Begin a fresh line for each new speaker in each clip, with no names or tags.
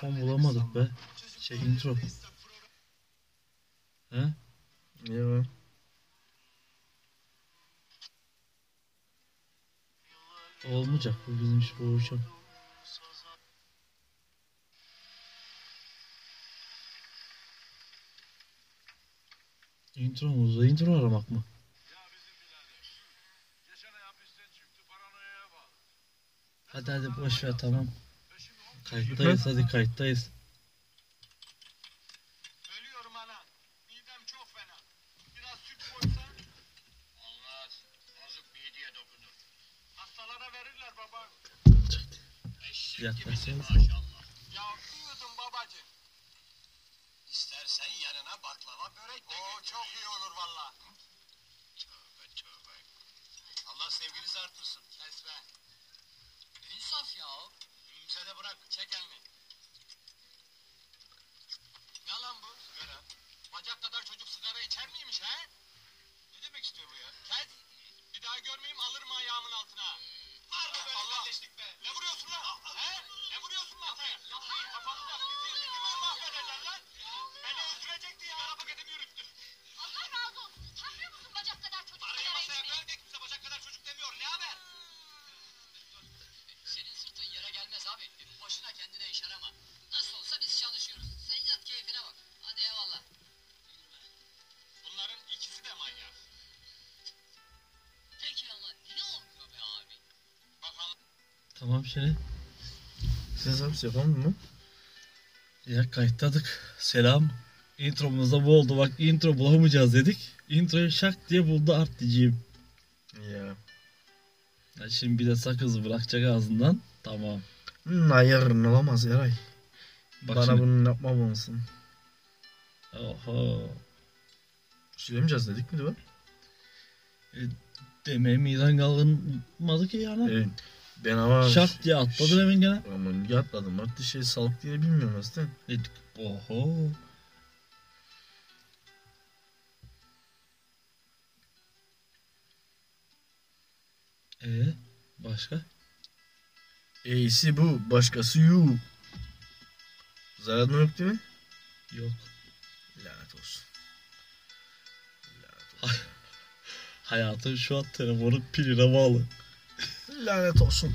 Son bulamadık be. Şey intro. He?
Niye lan?
Olmayacak bu bizim iş bu uçak. Intro mu? Intro aramak mı? Hadi hadi boş ver tamam.
E
Kayıttayız hadi kayıttayız.
Ölüyorum ana. Midem çok fena. Biraz süt koysan. Olmaz. Bozuk mideye dokunur. Hastalara verirler baba.
Çıktı.
Eşek
Yaklaşayım.
maşallah. Ya biliyordum babacığım. İstersen yanına baklava börek de Oo, çok iyi olur valla. Tövbe tövbe. Allah sevginizi artırsın. Kes be. İnsaf ya. Bize de bırak. Çek elini. Ne lan bu? Sigara. Bacak kadar çocuk sigara içer miymiş he? Ne demek istiyor bu ya? Kes. Bir daha görmeyeyim alırım ayağımın altına. Var mı böyle Allah. kardeşlik be? Ne vuruyorsun lan? He? Ne vuruyorsun masaya? Yapmayın kafamıza. Bizi, bizi mi mahvederler lan? Beni öldürecek diye araba paketimi yürüttü.
Allah razı olsun. Utanmıyor musun bacak kadar çocuk
Parayı
sigara
masaya
içmeye?
koyar diye kimse bacak kadar çocuk demiyor. Ne haber? Senin sırtın yere gelmez abi. Boşuna kendine iş arama. Nasıl olsa biz çalışıyoruz. Sen yat keyfine bak. Hadi eyvallah. Bunların ikisi de manyak. Peki ama ne olmuyor be abi? Bakalım.
Tamam şimdi.
Siz hapsi yapalım mı?
Ya kayıttadık. Selam. Intromuz da bu oldu. Bak intro bulamayacağız dedik. Introyu şak diye buldu art diyeceğim.
Ya.
Ya şimdi bir de sakızı bırakacak ağzından. Tamam.
Hmm, hayır olamaz Eray.
Bak
Bana
şimdi.
bunu yapmamalısın.
Oho.
Söylemeyeceğiz şey dedik mi de ben?
Demeye miden kalmadı ki yani.
Evet. Ben ama...
Şak diye atladın hemen gene.
Ama niye atladım? Artık şey salık diye bilmiyorum aslında.
Dedik. Oho. Ee, başka?
E'si bu, başkası yu. Zarar mı yok değil mi?
Yok.
Lanet olsun. Lanet olsun.
Hayatım şu an telefonun piline bağlı.
Lanet olsun.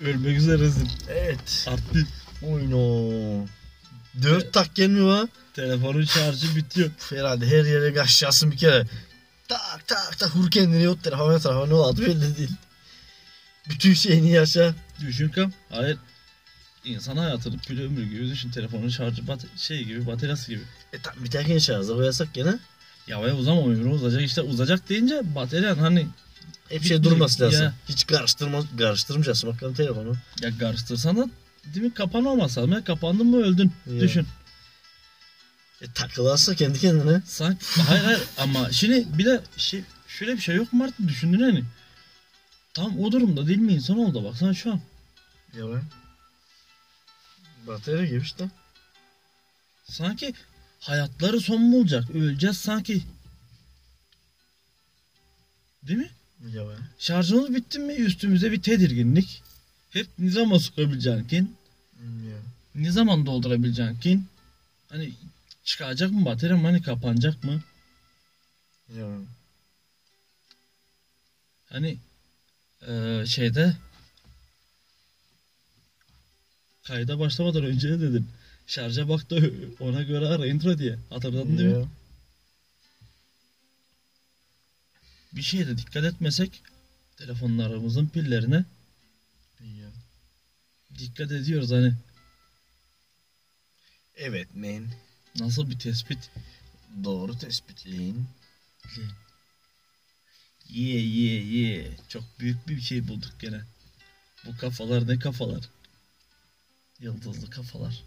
Ölmek üzeresin.
Evet.
Artık
Oyno. Dört tak gelmiyor ha.
telefonun şarjı bitiyor.
Uf, herhalde her yere kaçacaksın bir kere. Tak tak tak vur kendini yot tarafa ne tarafa ne oldu belli değil. Bütün şeyini yaşa.
Düşün kam. Hayır. İnsan hayatını pil ömrü gibi düşün. Telefonun şarjı bat şey gibi bataryası gibi.
E tam biterken şarja koyasak gene.
Ya bayağı uzamam ömrü uzayacak işte uzayacak deyince bataryan hani
Hep şey durması
Ya.
lazım. Hiç karıştırma, karıştırmayacaksın bakalım telefonu.
ya karıştırsan da değil mi kapanamaz lazım. Ya kapandın mı öldün.
Ya.
Düşün.
E takılarsa kendi kendine.
Sanki hayır hayır ama şimdi bir de şey şöyle bir şey yok mu artık düşündün hani. Tam o durumda değil mi insan oldu baksana şu an.
Ya ben. Batarya gibi işte.
Sanki hayatları son bulacak. Öleceğiz sanki. Değil mi?
Ya ben.
Şarjımız bitti mi üstümüze bir tedirginlik. Hep nizama sokabileceksin ki.
Ya.
Ne zaman doldurabileceksin ki? Hani çıkacak mı batarya mı? Hani kapanacak mı?
Ya ben.
Hani eee, e, şeyde kayda başlamadan önce ne dedin? Şarja bak da ona göre ara intro diye. Hatırladın değil mi?
Ya.
bir şeye de dikkat etmesek telefonlarımızın pillerine
Ya.
dikkat ediyoruz hani
Evet men.
nasıl bir tespit
Doğru tespitleyin.
ye ye ye çok büyük bir şey bulduk gene bu kafalar ne kafalar yıldızlı kafalar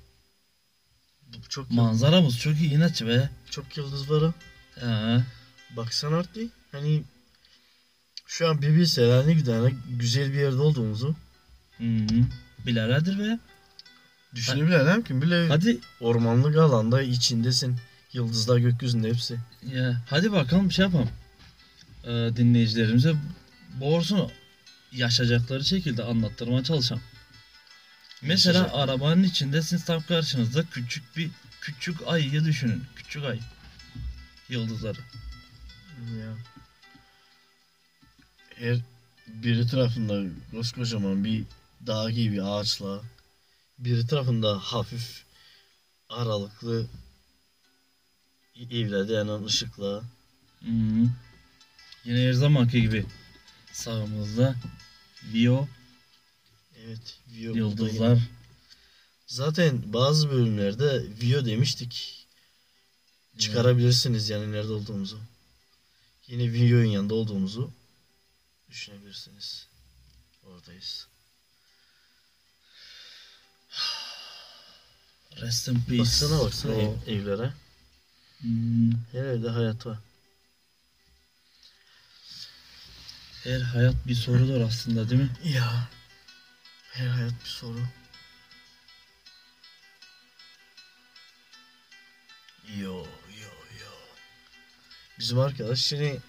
Bu çok
manzaramız çok iyi inatçı be
çok yıldız var ha.
ha.
Baksan artık hani şu an bir bilse ne güzel, ne güzel bir yerde olduğumuzu
Hı -hı. Biladerdir be
düşünebilen hem kim bile
hadi
ormanlık alanda içindesin. Yıldızlar gökyüzünde hepsi.
ya hadi bakalım şey yapalım Ee, dinleyicilerimize borsunu yaşayacakları şekilde anlattırmaya çalışalım Mesela
Mesela.
arabanın içinde siz tam karşınızda küçük bir küçük ayı düşünün. Küçük ay. Yıldızları.
Ya. Her biri tarafında koskocaman bir dağ gibi bir ağaçla biri tarafında hafif aralıklı evlerde yanan ışıkla
Hmm. Yine her zamanki gibi sağımızda Vio
evet Vio burada yine-
yıldızlar.
Zaten bazı bölümlerde Vio demiştik. Çıkarabilirsiniz yani nerede olduğumuzu. Yine Vio'nun yanında olduğumuzu düşünebilirsiniz. Oradayız.
Rest in peace.
Baksana baksana
bro.
ev- evlere.
Hmm.
Her evde hayat var.
Her hayat bir sorudur aslında değil mi?
Ya. Her hayat bir soru. Yo yo yo. Bizim arkadaş şimdi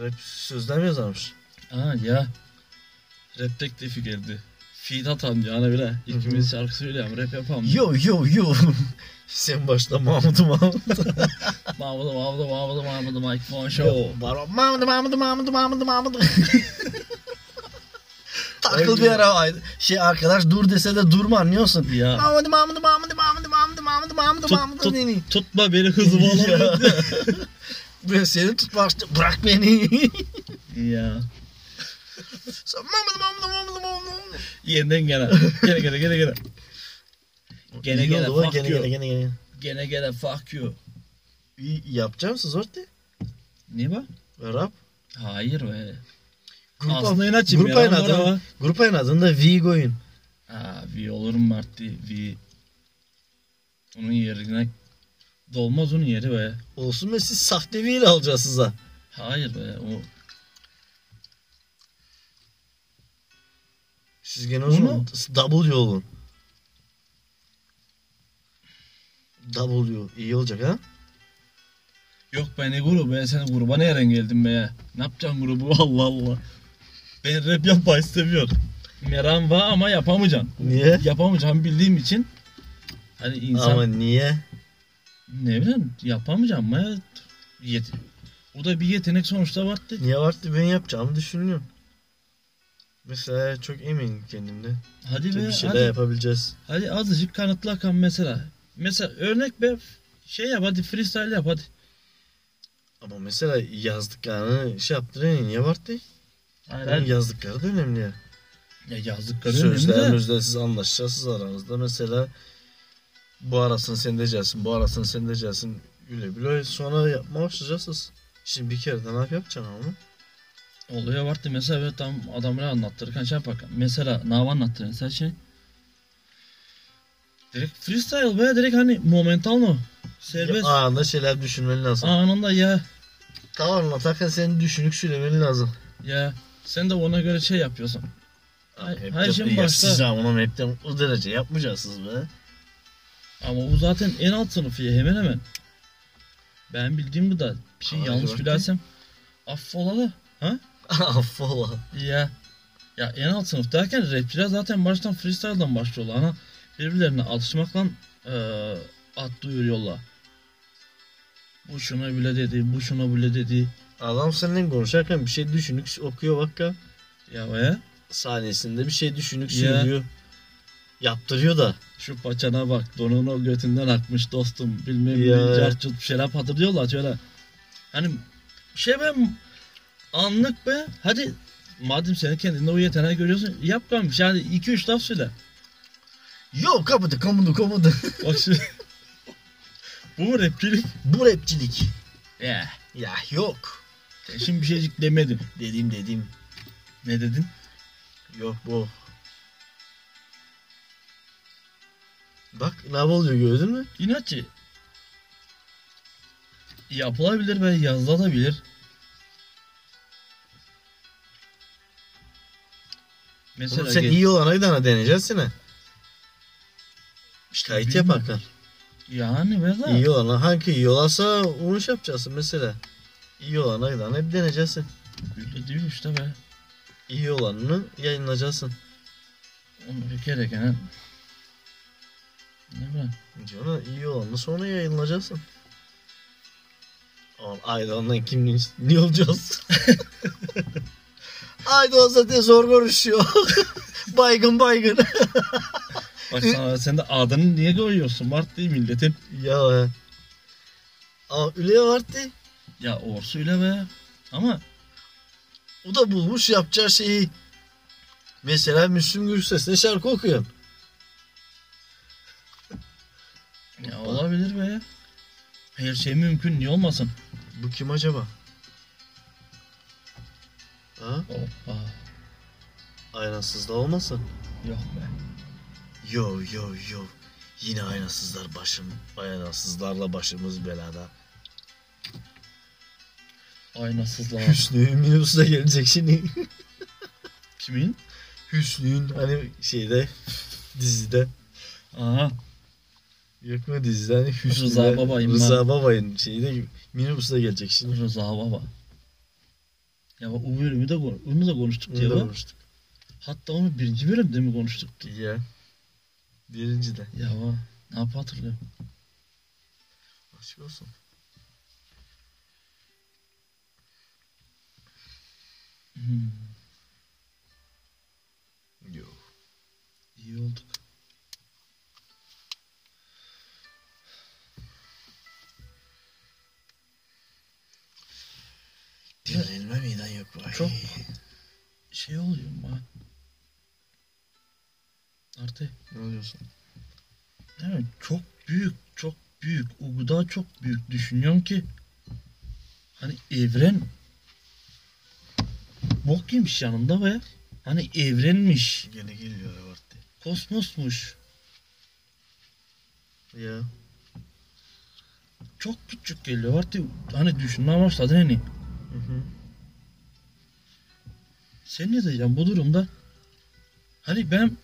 rap sözler mi yazarmış?
Aa ya. Rap teklifi geldi. Fidat amca ana bile. İkimiz şarkı söyleyem rap yapam.
Yo yo yo. Sen başla Mahmut'u Mahmut'u.
Mahmut'um Mahmut'um Mahmut'um Mahmut'um Mike Mon Show.
Baron Mahmut'u Mahmut'u Mahmut'u Mahmut'u Mahmut'u. Takıl
Öyle.
bir ara ay- şey arkadaş dur dese de durma anlıyorsun.
Ya.
Mahmut'u Mahmut'u Mahmut'u Mahmut'u Mahmut'u Mahmut'u Mahmut'u
Tut,
Mahmut'u
tut,
neni.
tutma beni hızım olamıyor.
Ben seni tutmak istiyorum. Bırak beni.
ya.
Sen mamını mamını mamını mamını.
Yeniden gene. Gene gene gene gene. Gene
İyi
gene
oldu lan,
fuck
gene
you.
gene gene gene.
Gene gene fuck you.
İyi, Yapacak mısın Zorti?
Ne bu?
Rap.
Hayır be.
Grup
Aslında inatçıyım
grup
ya,
ayın
ama
adı.
bravo.
Grup ayın adında Vigo'yun.
Aa V olurum Marti. V. Onun yerine dolmaz onun yeri be.
Olsun ve siz sahte V ile alacağız size.
Hayır be. O
Siz gene o
Bunu-
zaman W olun. W iyi olacak ha?
Yok be ne grubu ben senin gruba nereden geldim be ya? Ne yapacaksın grubu Allah Allah. Ben rap yapmayı istemiyorum. Meram var ama yapamayacağım.
Niye?
Yapamayacağım bildiğim için hani insan
Ama niye?
ne bileyim yapamayacağım ama yet o da bir yetenek sonuçta vardı.
Niye vardı ben yapacağımı düşünüyorum. Mesela çok eminim kendimde.
Hadi be
Bir şeyler
hadi,
yapabileceğiz.
hadi azıcık kanıtla kan mesela. Mesela örnek be şey yap hadi freestyle yap hadi.
Ama mesela yazdıklarını şey yaptırın niye vardı?
Hayır,
Oğlum
hayır.
yazdıkları da önemli ya.
Ya yazdık
Sözler
kadar
mözler siz anlaşacaksınız aranızda. Mesela bu arasını sen diyeceksin, bu arasını sen diyeceksin. Güle güle sonra yapmaya başlayacaksınız. Şimdi bir kere de ne yap- yapacaksın ama?
Oluyor vardı mesela böyle tam adamlara anlattırırken şey yapar. Mesela nava anlattırır mesela şey. Direkt freestyle be direkt hani momental mı? Serbest.
Ya Anında şeyler düşünmen lazım.
Anında ya
Tamam lan takın senin düşünüp söylemen lazım.
ya sen de ona göre şey yapıyorsun. Ay-
Hep
her şeyin
ya
başta-
Siz ama onu hepten o derece yapmayacaksınız be.
Ama bu zaten en alt sınıfı ya hemen hemen. Ben bildiğim bu da bir şey
Aa,
yanlış
Jordi.
bilersem affola da.
Affola.
Ya. Ya en alt sınıf derken rapçiler zaten baştan freestyle'dan başlıyorlar. Ana birbirlerine atışmakla eee at duyuruyorlar. Bu şuna bile dedi, bu şuna bile dedi.
Adam seninle konuşarken bir şey düşünüp okuyor bak ya.
Ya be
Sahnesinde bir şey düşünüp
Ya.
söylüyor. Yaptırıyor da.
şu paçana bak donun o götünden akmış dostum bilmem
Ya.
ne carçut bir şeyler hatırlıyorlar şöyle. Hani şey be anlık be hadi madem senin kendinde o yeteneği görüyorsun yap şey, kalmış yani 2-3 laf söyle.
Yo kapıdı kapıdı kapıdı.
Bak şimdi. bu mu rapçilik?
Bu rapçilik.
Yeah.
Ya yok.
Şimdi bir şeycik demedim.
Dediğim dediğim.
Ne dedin?
Yok bu. Bak ne oluyor gördün mü?
İnatçı. Yapılabilir ve yazılabilir. Mesela
Oğlum sen
geç-
iyi olana gidene deneyeceksin ha. Kayıt yap
bilmiyorum.
hakikaten.
Yani ve la.
İyi olana hangi iyi olasa onu şey yapacaksın mesela. İyi olana gidene hep deneyeceksin.
Öyle değil işte be.
İyi olanını yayınlayacaksın.
Ee, Onları gerekene... Ne bileyim.
Canım iyi olanı sonra yayınlayacaksın. Ama Aydoğan'dan kim ne olacağız? Aydoğan zaten zor konuşuyor. baygın baygın.
Bak sana, sen de adını niye koyuyorsun? Mart değil milletin.
ya he. Aa, Üleye vardı.
Ya Orsu'yla be. Ama
O da bulmuş yapacağı şeyi. Mesela Müslüm Gürses'le şarkı okuyan.
ya olabilir be. Her şey mümkün niye olmasın?
Bu kim acaba? Ha?
Hoppa.
Aynasız da olmasın?
Yok be.
Yo yo yo. Yine aynasızlar başım, aynasızlarla başımız belada.
Aynasızlar.
Hüsnü'nün minibüsüne gelecek şimdi.
Kimin?
Hüsnü'nün hani şeyde dizide.
Aha.
Yok mu dizide hani Hüsnü'de.
Rıza Babay'ın
Rıza Babay'ın şeyde minibüsüne gelecek şimdi.
Rıza Baba. Ya bak o bölümü de, kon- onu da konuştuk diye
Bunu da
bak.
konuştuk.
Hatta onu birinci bölümde mi konuştuk?
Ya. Birinci de.
Ya bak. Ne yapı hatırlıyorum.
Açık olsun.
Hmm,
Yok.
iyi olduk.
Dinlenme meydan yok vay.
Çok- Şey oluyor mu? Artık
Ne oluyorsun?
ne bileyim, çok büyük, çok büyük. O kadar çok büyük düşünüyorum ki hani evren bok yemiş yanımda be. Hani evrenmiş,
Gene geliyor abarttı.
kosmosmuş.
Ya.
Çok küçük geliyor artık. Hani düşünmeye başladın hani.
Hı hı.
Sen ne diyeceğim bu durumda? Hani ben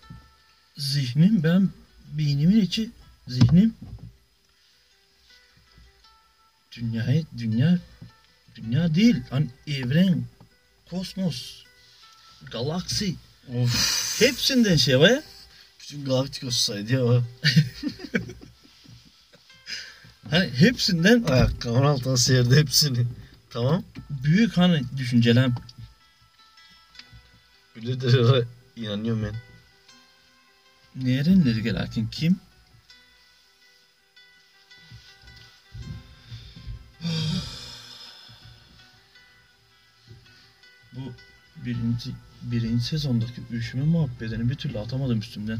zihnim, ben beynimin içi zihnim dünyayı, dünya dünya değil. Hani evren, kosmos, galaksi
Of.
hepsinden şey var ya.
Bütün galaktik olsaydı ya.
Hani hepsinden
Ayakkabının altına seyirdi hepsini. Tamam.
büyük hani düşüncelerim.
Öyledir. İnanıyorum ben.
Nereden nereye lakin kim? Bu birinci birinci sezondaki üşüme muhabbetini bir türlü atamadım üstümden.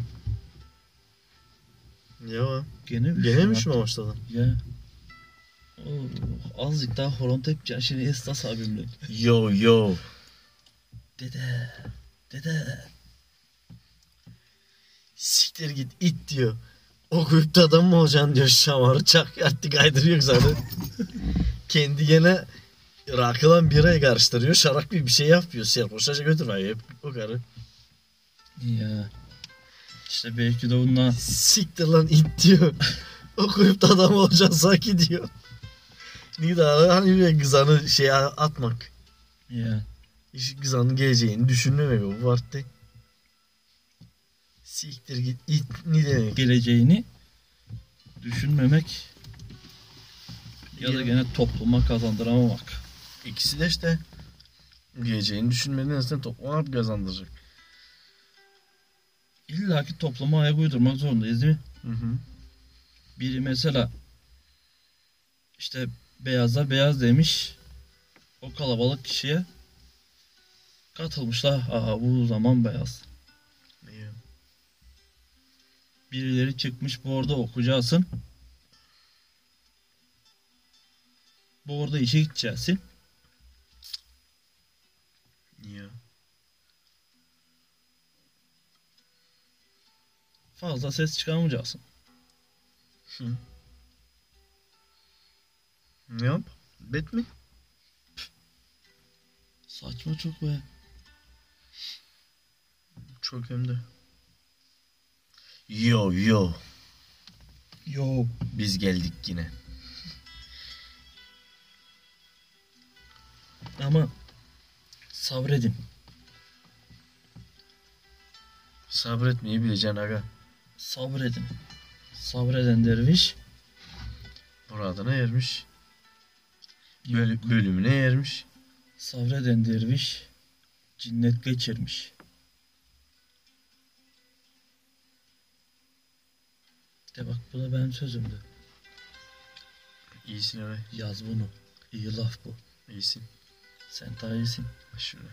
Ya var.
Gene üşüme.
Gene mi şuna başladın?
Ya. Oh, azıcık daha horon tepeceğim şimdi Estas abimle.
Yo yo.
Dede. Dede.
Siktir git it diyor. Okuyup da adam mı olacaksın diyor şamarı çak yattı kaydırıyor zaten. Kendi gene rakılan birayı karıştırıyor. Şarap gibi bir şey yapıyor. Serhoş'a götür var hep o karı.
Ya. İşte belki de bununla
Siktir lan it diyor. Okuyup da adam olacaksın sanki diyor. Niye daha hani bir kızanı şey atmak.
ya.
İş kızanın geleceğini düşünmemek bu vardı. Siktir git it ne demek?
geleceğini düşünmemek ya da
Ya.
gene topluma kazandıramamak.
İkisi de işte geleceğini düşünmeden aslında topluma hep kazandıracak.
İlla ki topluma ayak uydurmak zorundayız değil mi?
Hı hı.
Biri mesela işte beyaza beyaz demiş o kalabalık kişiye katılmışlar. Aa bu zaman beyaz.
İyi.
Birileri çıkmış bu arada okuyacaksın. Bu arada işe gideceksin.
İyi.
Fazla ses çıkarmayacaksın.
Ne yap? Bet mi?
Saçma çok be.
Çok hem de. Yo yo.
Yo.
Biz geldik yine.
Ama sabredin.
Sabretmeyi bileceksin aga.
Sabredin. Sabreden derviş.
Muradına ermiş. Böl- bölümüne ermiş.
Sabreden derviş. Cinnet geçirmiş. De bak bu da benim sözümdü.
İyisin aga.
Yaz bunu. İyi laf bu.
İyisin.
Sen daha iyisin.
Aşure.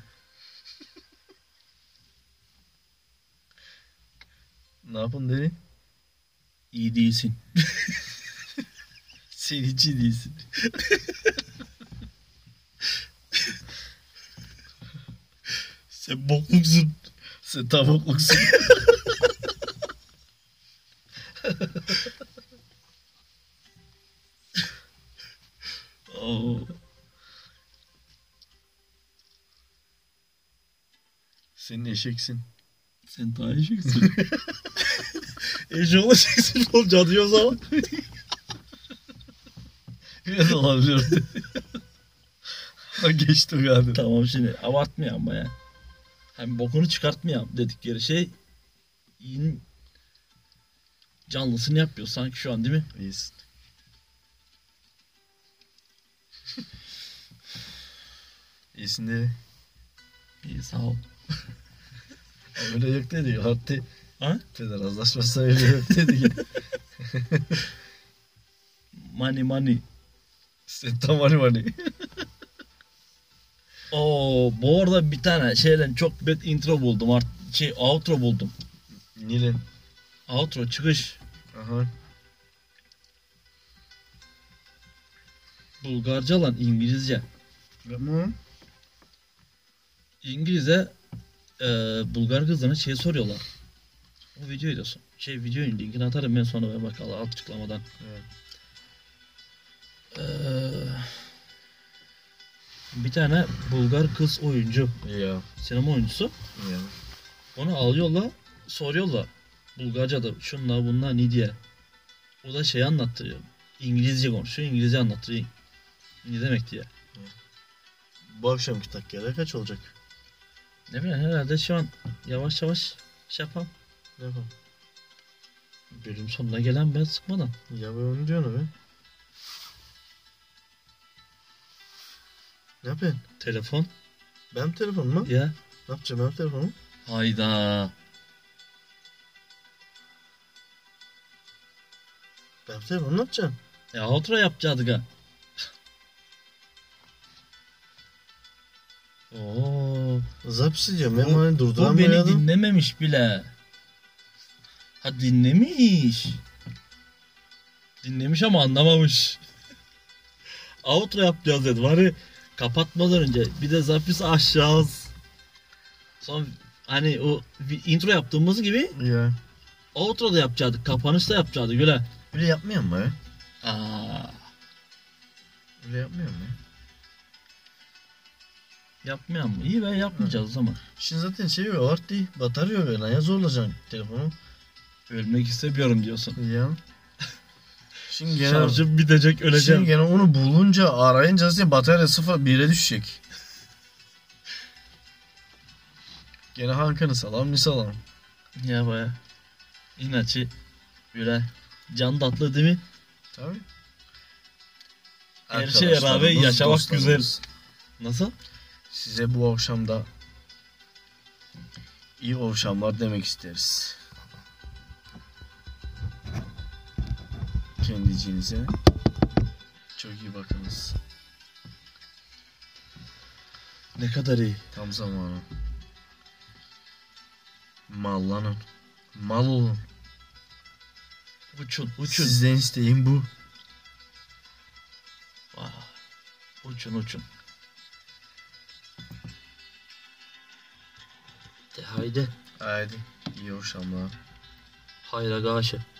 ne yapın deri?
İyi değilsin.
Sen hiç iyi değilsin.
Sen bokluksun.
Sen tavukluksun.
Oo.
Senin eşeksin.
Sen daha eşeksin. Eşek olacaksın oğlum canıyor zaman.
Biraz olabiliyor. Ha, Geçti o kadar.
tamam şimdi abartmayalım ama ya. Hem bokunu çıkartmayalım dedikleri şey iyinin canlısını yapıyor sanki şu an değil mi?
İyisin. İyisin deri.
İyi sağ ol.
Öyle yok dedi. Hatta
Ha?
Peder azlaşmazsa öyle yok dedi.
Money money.
Sen tam hani hani.
Oo bu arada bir tane şeyden çok bad intro buldum artık şey outro buldum.
Nilin.
Outro çıkış.
Aha.
Bulgarca lan İngilizce.
Tamam.
İngiliz'e e, Bulgar kızlarına şey soruyorlar. O videoyu da son- şey videonun linkini atarım ben sonra ve bakalım alt açıklamadan.
Evet.
E, bir tane Bulgar kız oyuncu,
Ya.
sinema oyuncusu.
Ya.
Onu alıyorlar, soruyorlar. Bulgarca'da şunlar bunlar ne diye. O da şey anlattırıyor. İngilizce konuşuyor, İngilizce anlattırıyor. Ne demek diye.
Bu akşamki takkiyede kaç olacak?
Ne bileyim herhalde şu an yavaş yavaş şey yapalım.
Ne yapalım?
Bölüm sonuna gelen ben sıkmadan.
Ya ben onu diyorum be. Ne yapayım?
Telefon.
Benim telefonum mu?
Ya.
Ne yapacağım benim telefonumu?
Hayda.
Benim telefonumu ne yapacağım?
Ya outro yapacaktık ha. Oo.
Zapsi diyorum. Benim
Bu-
hani
Bu beni
durduramıyor adam.
dinlememiş bile. Ha dinlemiş. Dinlemiş ama anlamamış. outro yapacağız dedi. Bari kapatmadan önce bir de zapis aşacağız. Son hani o bir intro yaptığımız gibi
Ya.
outro da yapacaktık. Kapanış da yapacaktık öyle.
Öyle yapmıyor mu ya?
Aa,
Öyle yapmıyor mu ya?
yapmayalım. mı? İyi be yapmayacağız o zaman.
Şimdi zaten şey yok. Art değil. Batarya yok. Yani. Ya zorlayacaksın telefonu.
Ölmek istemiyorum diyorsun.
Ya. Şimdi genel...
Şarjım bitecek öleceğim.
Şimdi gene onu bulunca arayınca zaten batarya sıfır 1'e düşecek. Gene Hakan'ı salam mı salam?
Ya baya. İnaçı. Böyle. Can tatlı değil mi?
Tabii.
Her şeye rağmen
Arkadaşlarımız,
yaşamak
dostlarımız,
Nasıl?
Size bu akşamda iyi akşamlar demek isteriz. Kendicinize çok iyi bakınız.
Ne kadar iyi.
Tam zamanı. Mallanın. Mal olun.
Uçun, uçun.
Sizden isteğim bu.
Ah, uçun, uçun. De haydi.
Haydi. iyi akşamlar.
Hayra gaşı.